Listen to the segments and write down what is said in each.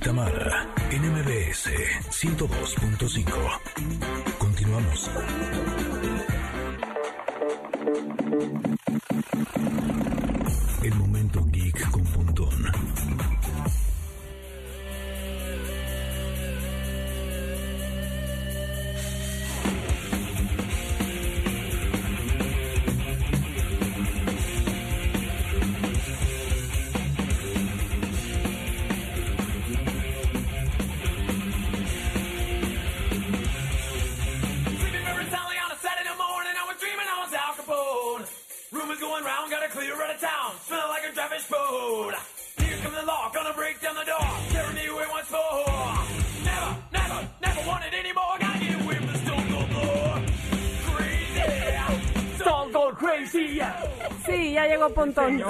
Tamara en MBS 102.5. Continuamos. El momento geek con Pontón. Sí, ya llegó Pontón.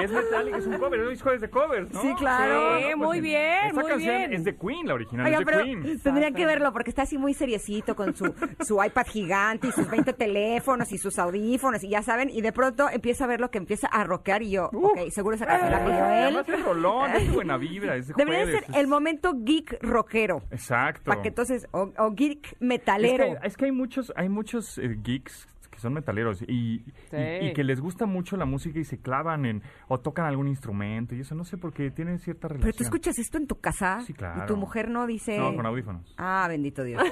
Es Metallica, es un cover, es un disco de covers, ¿no? Sí, claro. Sí, Sí, no, muy en- bien, Esa muy canción bien. es de Queen, la original Oigan, es de pero Queen. tendrían que verlo porque está así muy seriecito con su, su iPad gigante y sus 20 teléfonos y sus audífonos y ya saben, y de pronto empiezo a ver lo que empieza a rockear y yo, Uh. ok, seguro esa canción la pidió él. Además es rolón, es de buena vibra, es de Debería de jueves, ser es- el momento geek rockero, Exacto. para que entonces, o, o geek Es que, metalero. hay- es que hay muchos, hay muchos eh, geeks que son metaleros y, Sí. y- y que les gusta mucho la música y se clavan en o tocan algún instrumento y eso no sé porque tienen cierta relación. Pero tú escuchas esto en tu casa Sí, claro. y tu mujer no dice... No, con audífonos. Ah, bendito Dios.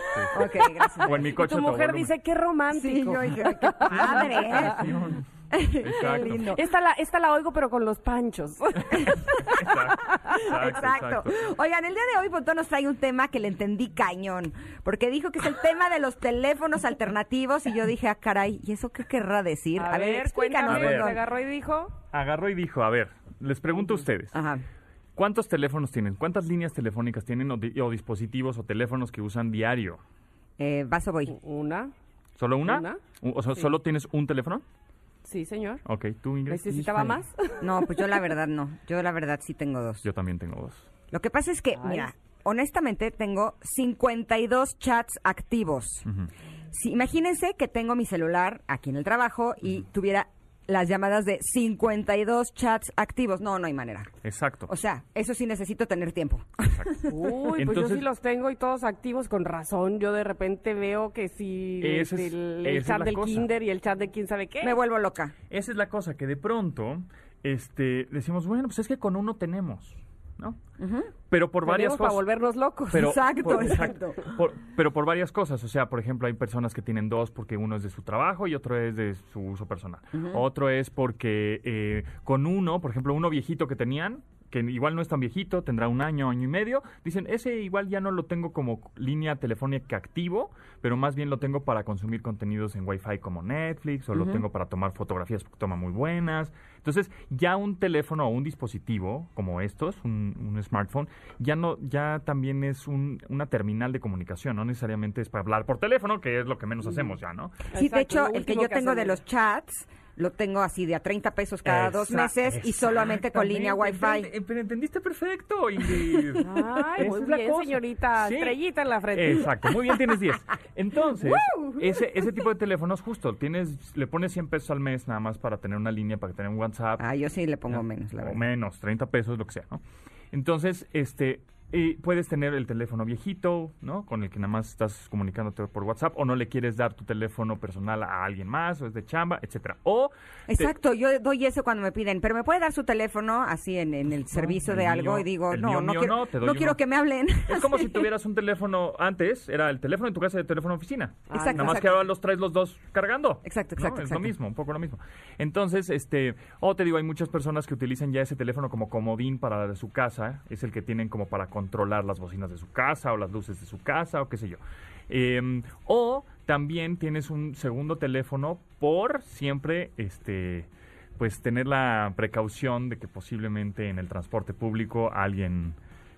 Ok, gracias. O en mi Y coche. tu a todo mujer volumen. dice, qué Sí, romántico. yo dije, ay, qué padre. ¿eh? Exacto. Qué lindo. Esta la, esta la oigo, pero con los panchos. Exacto. Oigan, el día de hoy Pontón nos trae un tema que le entendí cañón, porque dijo que es el tema de los teléfonos alternativos y yo dije, ah, caray, ¿y eso qué querrá decir? A, ver, cuéntame, Pontón. se agarró y dijo. Agarró y dijo, a ver, les pregunto a ustedes. Ah. Ajá. ¿Cuántos teléfonos tienen? ¿Cuántas líneas telefónicas tienen o, di- o dispositivos o teléfonos que usan diario? Eh, vaso voy. Una. ¿Solo una? Una. U- O sea, ¿solo tienes un teléfono? Sí, señor. Ok, tú, Ingrid. ¿Necesitaba Híjole. más? No, pues yo la verdad no. Yo la verdad sí tengo dos. Yo también tengo dos. Lo que pasa es que, mira, honestamente tengo 52 chats activos. Si- imagínense que tengo mi celular aquí en el trabajo y tuviera las llamadas de 52 chats activos. No, no hay manera. Exacto. O sea, eso sí necesito tener tiempo. Uy, pues yo Entonces- sí los tengo y todos activos con razón. Yo de repente veo que si Esa es- este, el, esa es chat la del cosa. kinder y el chat de quién sabe qué. Me vuelvo loca. Esa es la cosa, que de pronto este, decimos, bueno, pues es que con uno tenemos, ¿no? Pero por varias Tenemos para cosas. volvernos locos. Pero Exacto, por- exacto. por- pero por varias cosas. O sea, por ejemplo, hay personas que tienen dos porque uno es de su trabajo y otro es de su uso personal. Otro es porque eh, con uno, por ejemplo, uno viejito que tenían, que igual no es tan viejito, tendrá un año, año y medio, dicen, ese igual ya no lo tengo como línea telefónica activo, pero más bien lo tengo para consumir contenidos en Wi-Fi como Netflix o lo tengo para tomar fotografías porque toma muy buenas. Entonces, ya un teléfono o un dispositivo como estos, un, un smartphone, ya no, ya también es un- una terminal de comunicación, no necesariamente es para hablar por teléfono, que es lo que Mm. menos hacemos ya, ¿no? Sí, de Exacto, hecho, lo el que último yo que tengo de hacen. los chats lo tengo así de a 30 pesos cada dos Exa- meses y solamente con línea exactamente. Wi-Fi. Ente- Pero entendiste perfecto, Ingrid. Ay, muy Esa es la bien, cosa. señorita. Sí. Estrellita en la frente. Exacto, muy bien, tienes 10. Entonces, ese, ese tipo de teléfonos, justo, tienes, le pones 100 pesos al mes nada más para tener una línea, para tener un WhatsApp, Ah, yo sí le pongo menos, la o verdad. menos, 30 pesos, lo que sea, ¿no? Entonces, este, eh, puedes tener el teléfono viejito, ¿no? Con el que nada más estás comunicándote por WhatsApp, o no le quieres dar tu teléfono personal a alguien más, o es de chamba, etcétera. O te- Exacto, yo doy eso cuando me piden, pero me puede dar su teléfono así en, en el servicio el de algo mío- y digo, el no, mío, no mío quiero, no, te doy no quiero uno. que me hablen. Es como si tuvieras un teléfono antes, era el teléfono en tu casa y el teléfono en oficina. Exacto, Nada más exacto. que ahora los traes los dos cargando. Exacto, ¿no? exacto, Es exacto. lo mismo, un poco lo mismo. Entonces, este, o te digo, hay muchas personas que utilizan ya ese teléfono como comodín para su casa, es el que tienen como para controlar las bocinas de su casa o las luces de su casa o qué sé yo. Eh, o también tienes un segundo teléfono por siempre, este pues tener la precaución de que posiblemente en el transporte público alguien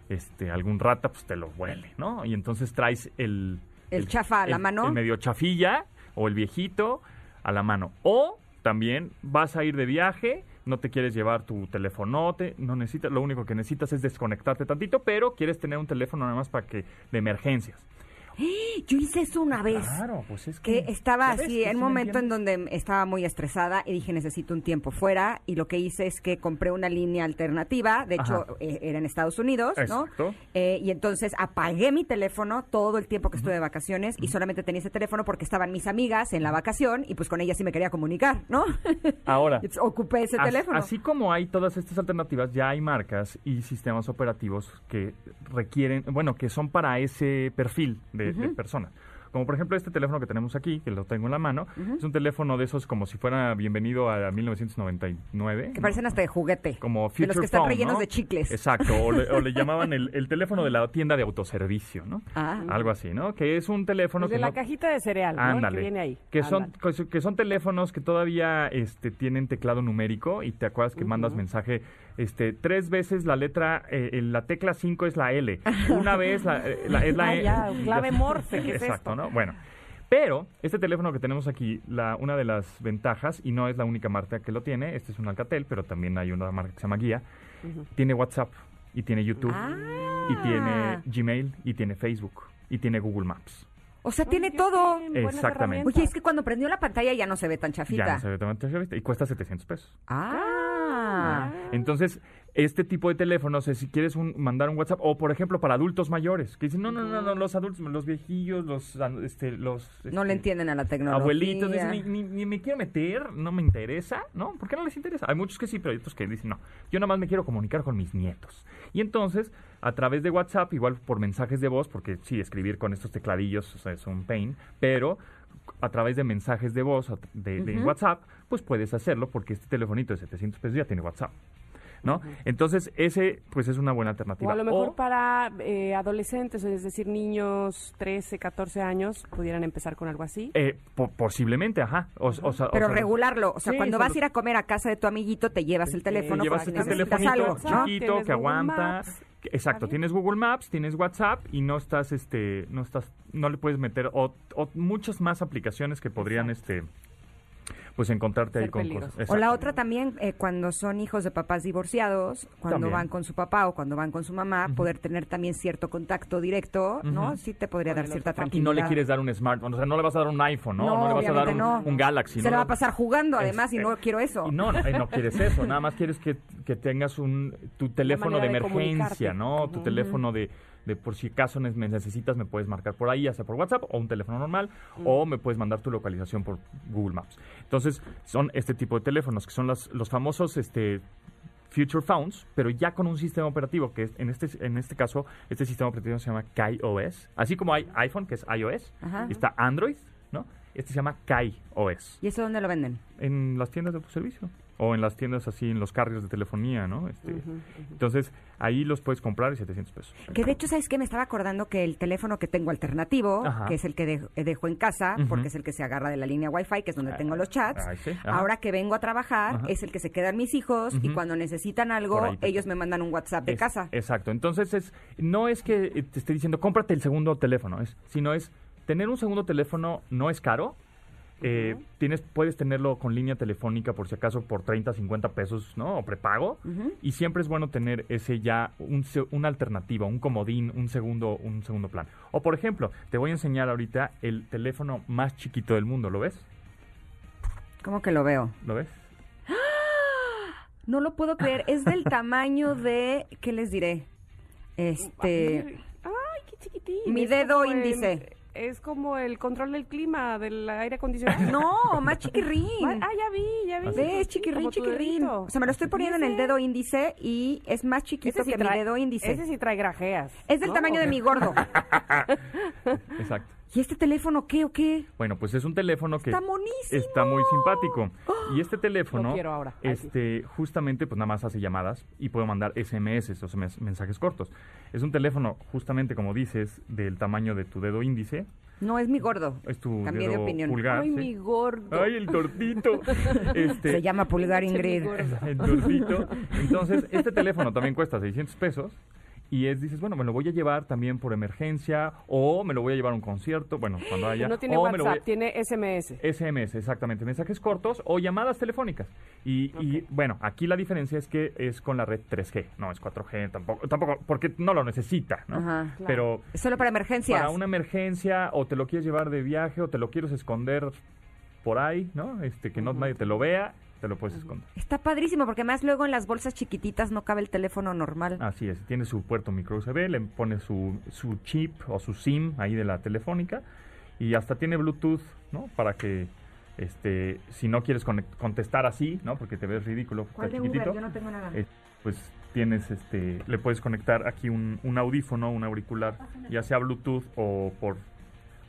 este, algún rata, pues te lo huele, ¿no? Y entonces traes el... El chafa a la el- mano. El medio chafilla o el viejito a la mano. O también vas a ir de viaje, no te quieres llevar tu telefonote, no necesitas, lo único que necesitas es desconectarte tantito, pero quieres tener un teléfono nada más para que, de emergencias. Yo hice eso una vez. Claro, pues es que que. estaba ¿ya ves? así, Pues en sí un me momento en entiendes. donde estaba muy estresada y dije necesito un tiempo fuera y lo que hice es que compré una línea alternativa, de Ajá. hecho eh, era en Estados Unidos, ¿no? Exacto. Eh, y entonces apagué mi teléfono todo el tiempo que estuve de vacaciones y solamente tenía ese teléfono porque estaban mis amigas en la vacación y pues con ellas sí me quería comunicar, ¿no? Ahora. Entonces, Ocupé ese as- Este teléfono. Así como hay todas estas alternativas, ya hay marcas y sistemas operativos que requieren, bueno, que son para ese perfil de, de persona. Como por ejemplo este teléfono que tenemos aquí, que lo tengo en la mano, es un teléfono de esos como si fuera bienvenido a 1999. que ¿no? parecen hasta de juguete. como de Future los que están Phone, rellenos ¿no? de chicles. Exacto, o le, o le llamaban el, el teléfono de la tienda de autoservicio, ¿no? Ah. Algo así, ¿no? Que es un teléfono El de que la no- cajita de cereal, ¿no? El Ándale. que viene ahí. Que son, Ándale. cos- que son teléfonos que todavía este, tienen teclado numérico y te acuerdas que mandas mensaje este, tres veces la letra, eh, el- la tecla 5 es la L, una vez la, eh, la- es la Ah, E. ya, clave Morse, ¿qué es Exacto, esto? ¿no? Bueno. Pero este teléfono que tenemos aquí, la, una de las ventajas, y no es la única marca que lo tiene, este es un Alcatel, pero también hay una marca que se llama Guía, tiene WhatsApp y tiene YouTube y Ah. tiene Gmail y tiene Facebook y tiene Google Maps. O sea, tiene Qué todo. bien, buenas Exactamente. herramientas. Oye, es que cuando prendió la pantalla ya no se ve tan chafita. Ya no se ve tan chavista, y cuesta 700 pesos. Ah. Entonces, este tipo de teléfonos, es si quieres un- mandar un WhatsApp, o por ejemplo para adultos mayores, que dicen, no, no, no, no, los adultos, los viejillos, los, an- este, los... No le este, entienden a la tecnología. Abuelitos dicen, ni, ni- ni me quiero meter, no me interesa, ¿no? ¿Por qué no les interesa? Hay muchos que sí, pero hay otros que dicen, no, yo nada más me quiero comunicar con mis nietos. Y entonces, a través de WhatsApp, igual por mensajes de voz, porque sí, escribir con estos tecladillos o sea, es un pain, pero a través de mensajes de voz a tr- de, de WhatsApp, pues puedes hacerlo porque este telefonito de 700 pesos ya tiene WhatsApp, ¿no? Entonces, ese, pues es una buena alternativa. O a lo mejor O- para eh, adolescentes, es decir, niños 13, 14 años, pudieran empezar con algo así. eh, po- posiblemente, ajá. O, o sea- o Pero sea, regularlo. O sea, Sí, cuando solo- vas a ir a comer a casa de tu amiguito, te llevas el teléfono. llevas porque este necesitas telefonito algo, ¿no? WhatsApp, chiquito tienes Google que aguanta. Maps. Que- Exacto, bien. tienes Google Maps, tienes WhatsApp y no estás, este, no estás, no le puedes meter o, o muchas más aplicaciones que podrían, este, pues encontrarte ahí Ser con peligroso. cosas. O la Exacto. otra también, eh, cuando son hijos de papás divorciados, cuando También. van con su papá o cuando van con su mamá, poder tener también cierto contacto directo, ¿no? Sí te podría dar cierta Y tranquilidad. no le quieres dar un smartphone, o sea, no le vas a dar un iPhone, ¿no? No, le vas a dar obviamente un, no. un Galaxy. ¿no? Se la va a pasar jugando, además, y Es- no quiero eso. Y no, no, eh, no quieres eso, nada más quieres que, que tengas un tu teléfono de manera de emergencia, comunicarte. ¿no? Tu teléfono de, de por si acaso ne- me necesitas, me puedes marcar por ahí, ya sea por WhatsApp o un teléfono normal, o me puedes mandar tu localización por Google Maps. Entonces, son este tipo de teléfonos que son las, los famosos este Future Phones, pero ya con un sistema operativo que es, en este en este caso este sistema operativo se llama KaiOS, así como hay iPhone que es iOS, Ajá. y está Android, ¿no? Este se llama KaiOS ¿Y eso dónde lo venden? en las tiendas de autoservicio o en las tiendas así, en los carrios de telefonía, ¿no? Este, Entonces, ahí los puedes comprar y 700 pesos. Que de hecho, ¿sabes qué? Me estaba acordando que el teléfono que tengo alternativo, Ajá. que es el que de- eh, dejo en casa, Ujú. porque es el que se agarra de la línea Wi-Fi, que es donde Ah, tengo los chats, ahí sí, ajá. ahora que vengo a trabajar, Ajá. es el que se quedan mis hijos y Ujú. cuando necesitan algo, Por ahí te- ellos me mandan un WhatsApp de Es- eh, casa. Exacto. Entonces, es, no es que eh, te esté diciendo, cómprate el segundo teléfono, es, sino es, tener un segundo teléfono no es caro. eh, tienes, puedes tenerlo con línea telefónica por si acaso por 30, 50 pesos, ¿no? O prepago. Y siempre es bueno tener ese ya, un, se- una alternativa, un comodín, un segundo, un segundo plan. O por ejemplo, te voy a enseñar ahorita el teléfono más chiquito del mundo, ¿lo ves? ¿Cómo que lo veo? ¿Lo ves? No lo puedo creer. Es del tamaño de. ¿Qué les diré? Este. Ay, qué chiquitín. Mi Es dedo como el- índice. es como el control del clima, del aire acondicionado. No, más chiquirrín. Ah, ya vi, ya vi. Pues Ve, es chiquirrín, Como tu chiquirrín. dedito. O sea, me lo estoy poniendo en el Ese- dedo índice y es más chiquito ese sí que mi trae- dedo índice. Ese sí trae grajeas. Es del ¿no? tamaño de mi gordo. Exacto. ¿Y este teléfono qué o qué? Bueno, pues es un teléfono que Está monísimo. está muy simpático. Y este teléfono, Lo quiero ahora. Ay, sí. este, justamente, pues nada más hace llamadas y puedo mandar SMS, o sea, mes- mensajes cortos. Es un teléfono, justamente como dices, del tamaño de tu dedo índice. No, es mi gordo. Es tu Cambié de dedo opinión. pulgar. Ay, ¿sí? mi gordo. Ay, el tortito. Este, Se llama Pulgar Pinche mi Ingrid. gordo. El tortito. Entonces, este teléfono también cuesta 600 pesos Y es, dices, bueno, me lo voy a llevar también por emergencia o me lo voy a llevar a un concierto, bueno, cuando haya. No tiene o Oh, me lo voy WhatsApp, a- tiene SMS. SMS, exactamente, mensajes cortos o llamadas telefónicas. Y, y, bueno, aquí la diferencia es que es con la red 3G, no es 4G tampoco, tampoco porque no lo necesita, ¿no? Ajá, claro. Pero Es Solo para emergencias. para una emergencia o te lo quieres llevar de viaje o te lo quieres esconder por ahí, ¿no? Este que no nadie te lo vea, te lo puedes esconder. Está padrísimo porque más luego en las bolsas chiquititas no cabe el teléfono normal. Así es, tiene su puerto micro USB, le pone su, su chip o su SIM ahí de la telefónica y hasta tiene Bluetooth, ¿no? Para que, este, si no quieres conect- contestar así, ¿no? Porque te ves ridículo, está chiquitito, tengo nada. eh, pues tienes, este, le puedes conectar aquí un, un audífono, un auricular, ya sea Bluetooth o por,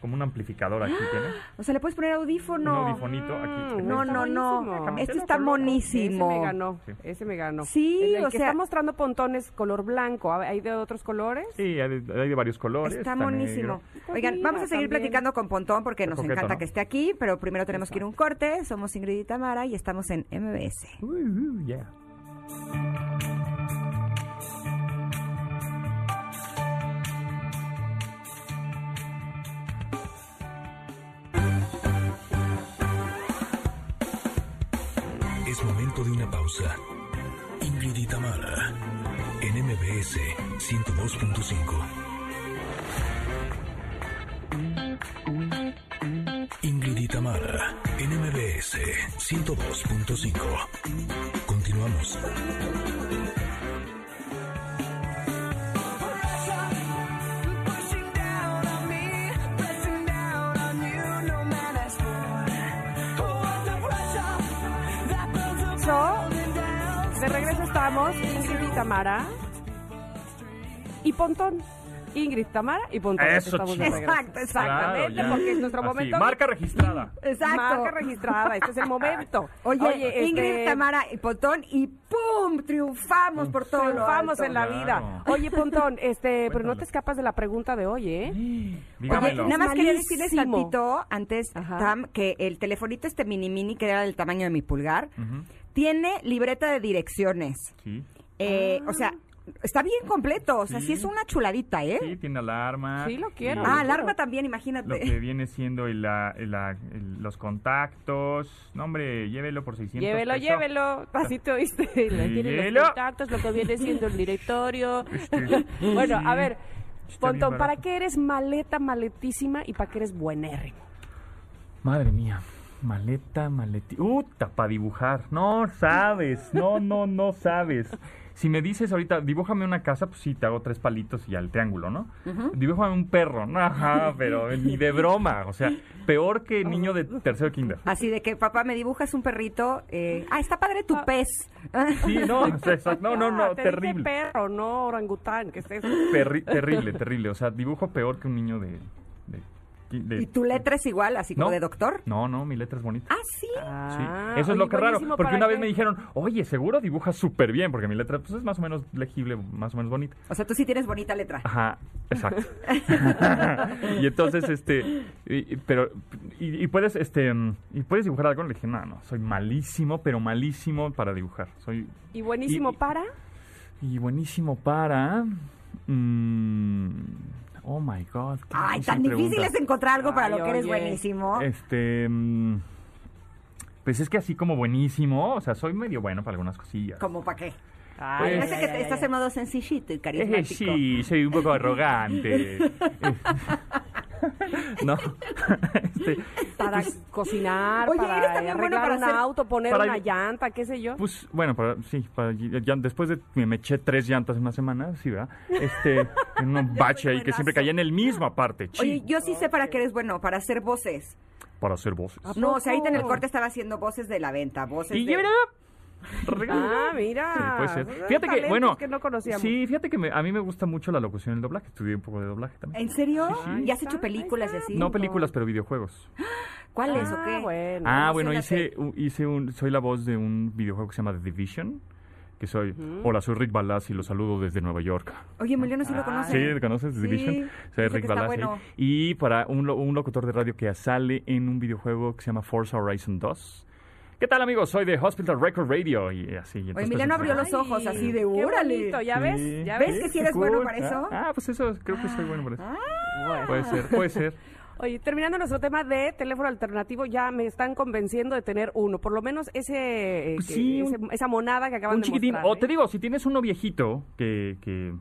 como un amplificador aquí tiene, O sea, le puedes poner audífono. un audifonito aquí. Mm, ¡Ah! Está No, no, no. buenísimo. Esto Lo está coloco. monísimo. Ese me ganó, Sí. ese me ganó. Sí, El- el o que sea- está mostrando pontones color blanco, ¿hab- ¿hay de otros colores? Sí, hay de, hay de varios colores. Está monísimo. monísimo. Oigan, vamos a Mira, seguir también. platicando con Pontón porque Está nos coqueto, encanta ¿no? que esté aquí, pero primero tenemos que ir a un corte. Somos Ingrid y Tamara y estamos en MBS. Es momento de una pausa. Ingrid y Tamara, en MBS 102.5. Ingrid y Tamara, en MBS 102.5. Continuamos. Pushing down on me, pressing down on you, no man asked for. What's the pressure that builds up, So, holding down? De regreso estamos, Ingrid y Tamara. Y Pontón. Ingrid, Tamara y Pontón. Eso, estamos de chido. regreso. Exacto, exactamente, Claro, ya. porque es nuestro momento. Marca registrada. Exacto. Marca registrada, este es el momento. Oye, Ingrid, este, Tamara y Pontón y ¡pum! Triunfamos por todo. lo Triunfamos alto. en la Claro. vida. Oye, Pontón, este, pero no Cuéntalo. te escapas de la pregunta de hoy, ¿eh? Oye, Dígamelo. nada más quería decirles Malísimo. tantito antes, Ajá. Tam, que el telefonito este mini mini que era del tamaño de mi pulgar, tiene libreta de direcciones. Sí. Eh, O sea, está bien completo. O sea, sí, Sí. es una chuladita, ¿eh? Sí, tiene alarma. Sí, lo quiero. Ah, Ah, la- alarma también, Lo imagínate. que viene siendo el- la- el- la- el- los contactos. No, hombre, llévelo por 600 Llévelo, pesos. llévelo. Así te oíste. Tiene Llévelo. los contactos, lo que viene siendo el directorio. Este, Bueno, a ver, bien Pontón, ¿para barato. qué eres maleta, maletísima y para qué eres buenérrimo? Madre mía. Maleta, maletita. Uta, para dibujar. No sabes. No, no, no sabes. Si me dices ahorita, dibújame una casa, pues sí, te hago tres palitos y al triángulo, ¿no? Dibújame un perro. No, ajá, pero ni de broma. O sea, peor que niño de tercero de kinder. Así de que, papá, me dibujas un perrito. eh, ah, está padre tu pez. Sí, no, o sea, exacto. no, no, Ah, no, te dije terrible. perro, no orangután, que estés. Perri- terrible, terrible. O sea, dibujo peor que un niño de. de- de- ¿Y tu letra es igual, así como ¿No? de doctor? No, no, mi letra es bonita. Ah, sí. Sí. Eso es lo que es raro. Porque una vez me dijeron dijeron, oye, seguro dibujas súper bien, porque mi letra pues, es más o menos legible, más o menos bonita. O sea, tú sí tienes bonita letra. Ajá, exacto. y entonces, este, y- y- pero, y, y puedes, este, mm, y puedes dibujar algo. Le dije, no, no, soy malísimo, pero malísimo para dibujar. Soy Y buenísimo Y- y- para. y buenísimo para, mm, oh my god. qué Ay, tan pregunta. difícil es encontrar algo para Ay, lo que eres oye. buenísimo. Este. mm, Pues es que así como buenísimo, o sea, soy medio bueno para algunas cosillas. ¿Como para qué? Ay, Pues- Parece que te- estás en modo sencillito y Eh, carismático. sí, soy un poco arrogante. no. Este, para cocinar, Oye, eres para también bueno arreglar para un hacer- auto, poner para- una llanta, qué sé yo. pues bueno, para- sí, para- ya- después de me eché tres llantas en una semana, sí, ¿verdad? Este, en un bache ahí que siempre caía en el mismo aparte, chi, Oye, yo sí sé para qué eres bueno, para hacer voces. para hacer voces. ¿A Ah, No, o sea, ahorita en el poco? corte estaba haciendo voces de la venta, voces Y de... llévela. Ah, mira. Pues, Sí, puede ser. Son Fíjate que, talentos bueno, que no conocíamos. sí, fíjate que me- a mí me gusta mucho la locución y el doblaje. Estudié un poco de doblaje también. ¿En serio? sí. ¿Y has Ahí hecho está, películas y ahí está. así? No películas, pero videojuegos. ¿Cuáles o qué? Ah, bueno. Ah, bueno, emocionate. hice, u- hice un, soy la voz de un videojuego que se llama The Division, que soy, hola, soy Rick Balaz y los saludo desde Nueva York. Oye, Emiliano sí lo conoce. Ah, Sí, ¿conoces The Ah. Sí, Division? Soy dice que Rick está Balaz. ¿eh? sí. bueno. Y para un, lo- un locutor de radio que sale en un videojuego que se llama Forza Horizon 2, ¿Qué tal, amigos? Soy de Hospital Record Radio y así. y entonces, Emiliano pues, abrió los ojos así de, qué órale. bonito, ya ves, Sí. ya ¿Ves ves. que sí qué eres bueno cool. para eso? Ah. Ah, pues eso, creo que soy bueno para eso. Puede ser, puede ser. Oye, terminando nuestro tema de teléfono alternativo, ya me están convenciendo de tener uno. Por lo menos ese, eh, Pues que- sí, ese- un- esa monada que acaban Un de chiquitín. mostrar, O te ¿eh? digo, si tienes uno viejito que, que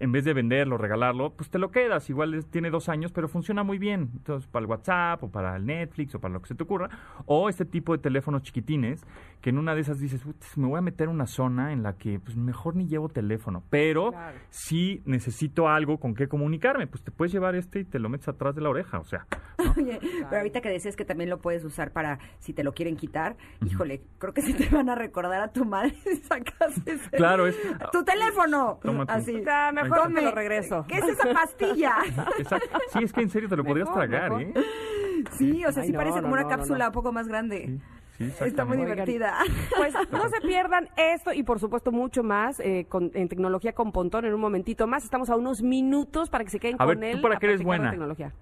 en vez de venderlo, regalarlo, pues te lo quedas. Igual es- tiene dos años, pero funciona muy bien. Entonces, para el WhatsApp o para el Netflix o para lo que se te ocurra. O este tipo de teléfonos chiquitines que en una de esas dices, "Uts, me voy a meter a una zona en la que pues mejor ni llevo teléfono. Pero Claro. si necesito algo con qué comunicarme, pues te puedes llevar este y te lo metes atrás de la oreja. O sea, Oye, pero ahorita que decías que también lo puedes usar para si te lo quieren quitar, híjole, creo que sí te van a recordar a tu madre si sacas ese- Claro, es- tu teléfono. Toma tu- Así. Ya, mejor Come. te lo regreso. ¿Qué es esa pastilla? exacto. sí, es que en serio te lo podrías Mejor, tragar, mejor. ¿eh? sí, o sea, Ay, sí no, parece no, como una no, no, cápsula no. un poco más grande. Sí, sí, Está muy exactamente. divertida. Pues no se pierdan esto y por supuesto mucho más eh, con- en tecnología con Pontón en un momentito más. Estamos a unos minutos para que se queden A ver, con ¿tú él. para a qué eres platicar de buena? Tecnología.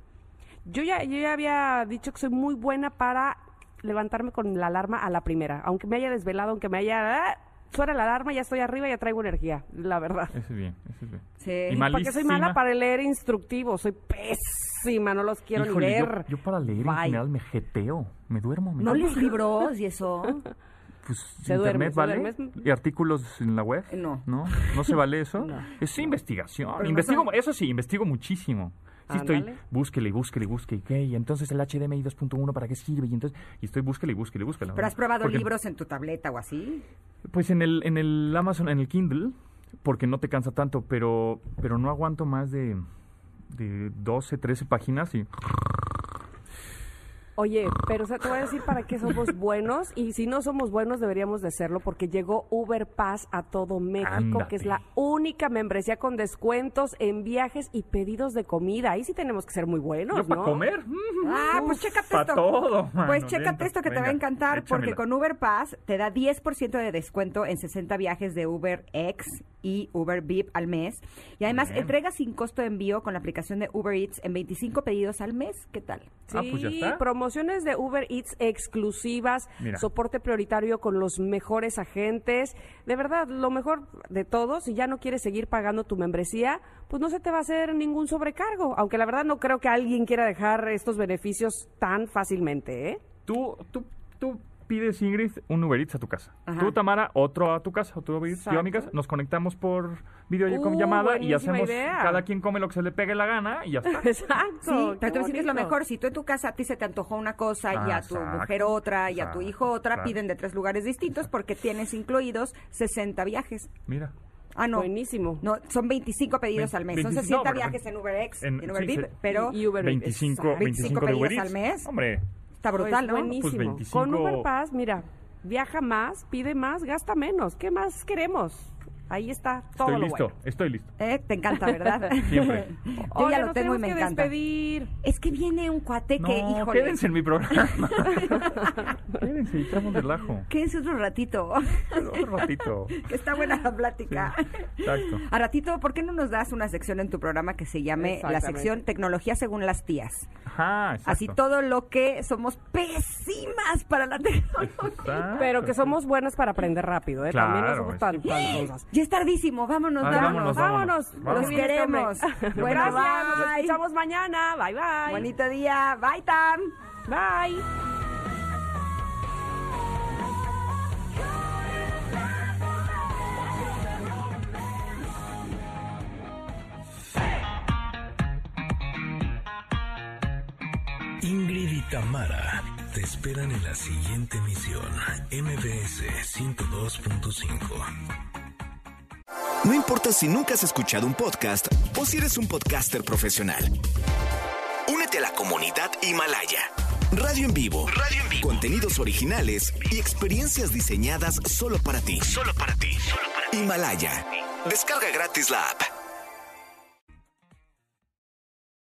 Yo ya, yo ya había dicho que soy muy buena para levantarme con la alarma a la primera. Aunque me haya desvelado, aunque me haya... ah, Suena la alarma, ya estoy arriba, ya traigo energía, la verdad. Eso es bien, eso es bien. Sí. Y Porque soy malísima. mala para leer instructivos, soy pésima, no los quiero Híjole, ni yo- ver. Yo, para leer en Bye. general me jeteo, me duermo. Me ¿No lees libros y eso? pues, Se duerme, internet se vale duerme. y artículos en la web. No. no, ¿No se vale eso. Es investigación. Pero no investigo, son- eso sí, investigo muchísimo. Sí estoy, Ándale. búsquele y búsquele y búsquele. ¿qué? Y entonces el HDMI 2.1 para qué sirve y entonces y estoy búsquele y búsquele y búsquele. ¿Pero has probado Porque- libros en tu tableta o así? Pues en el en el Amazon, en el Kindle, porque no te cansa tanto, pero pero no aguanto más de de 12, 13 páginas y Oye, pero o sea, te voy a decir para qué somos buenos y si no somos buenos deberíamos de serlo porque llegó Uber Pass a todo México, que Ándate. es la única membresía con descuentos en viajes y pedidos de comida. Ahí sí tenemos que ser muy buenos, Yo ¿no? para comer. mm, Ah, uf, pues chécate pa' esto. todo, mano, pues chécate lento. esto que te va a Venga, encantar porque échamela. con Uber Pass te da 10% de descuento en 60 viajes de Uber X y Uber VIP al mes. Y además Bien. entrega sin costo de envío con la aplicación de Uber Eats en 25 pedidos al mes. ¿Qué tal? Sí, Ah, pues ya está. promociones de Uber Eats exclusivas, Mira. soporte prioritario con los mejores agentes. De verdad, lo mejor de todo, si ya no quieres seguir pagando tu membresía, pues no se te va a hacer ningún sobrecargo. Aunque la verdad no creo que alguien quiera dejar estos beneficios tan fácilmente, ¿eh? Tú, tú, tú pides, Ingrid, un Uber Eats a tu casa. Ajá. Tú, Tamara, otro a tu casa, otro Uber Eats, yo a mi Exacto. casa. Nos conectamos por video Uh, con llamada y buenísima hacemos idea. cada quien come lo que se le pegue la gana y ya está. Exacto. Sí, pero te voy a decir que es lo bonito. mejor. Si tú en tu casa a ti se te antojó una cosa y Ah, a tu exacto, mujer otra y a tu hijo otra, exacto. piden de tres lugares distintos porque tienes incluidos 60 viajes. Mira. Ah, no. Buenísimo. No, son 25 pedidos al mes. Son 25, 60 no, pero- viajes en UberX, en, en- Uber sí, VIP, sí. pero Y Uber Eats. 25, 25 25 de Uber pedidos Eats. al mes. Hombre, está Pues brutal, ¿no? Buenísimo. Pues 25. Con Uber Pass, mira, viaja más, pide más, gasta menos. ¿Qué más queremos? Ahí está todo estoy lo listo, bueno. estoy listo. Eh, te encanta, ¿verdad? Siempre. Yo ya Oye, lo nos tengo y tenemos me que encanta. despedir. Es que viene un cuate No, que, híjole, quédense en mi programa. quédense y echamos relajo. quédense otro ratito, Otro ratito. que está buena la plática. Exacto. A ratito, ¿por qué no nos das una sección en tu programa que se llame la Exactamente. sección Tecnología según las tías? Ajá, exacto. Así todo lo que somos pésimas para la tecnología. Exacto. Pero que somos buenas para aprender rápido, ¿eh? También nos Claro, somos tan, tan cosas. Ya es tardísimo, vámonos, Ah, vámonos, vámonos. vámonos. Vámonos. Vámonos. Qué bien este hombre. Los queremos. Bueno, Bueno, gracias. Nos bye. escuchamos mañana. Bye, bye. Bonito día, bye Tam. Bye. Ingrid y Tamara te esperan en la siguiente emisión, MBS 102.5. No importa si nunca has escuchado un podcast o si eres un podcaster profesional. Únete a la comunidad Himalaya. Radio en vivo. Contenidos originales y experiencias diseñadas solo para ti. Solo para ti. Himalaya. Descarga gratis la app.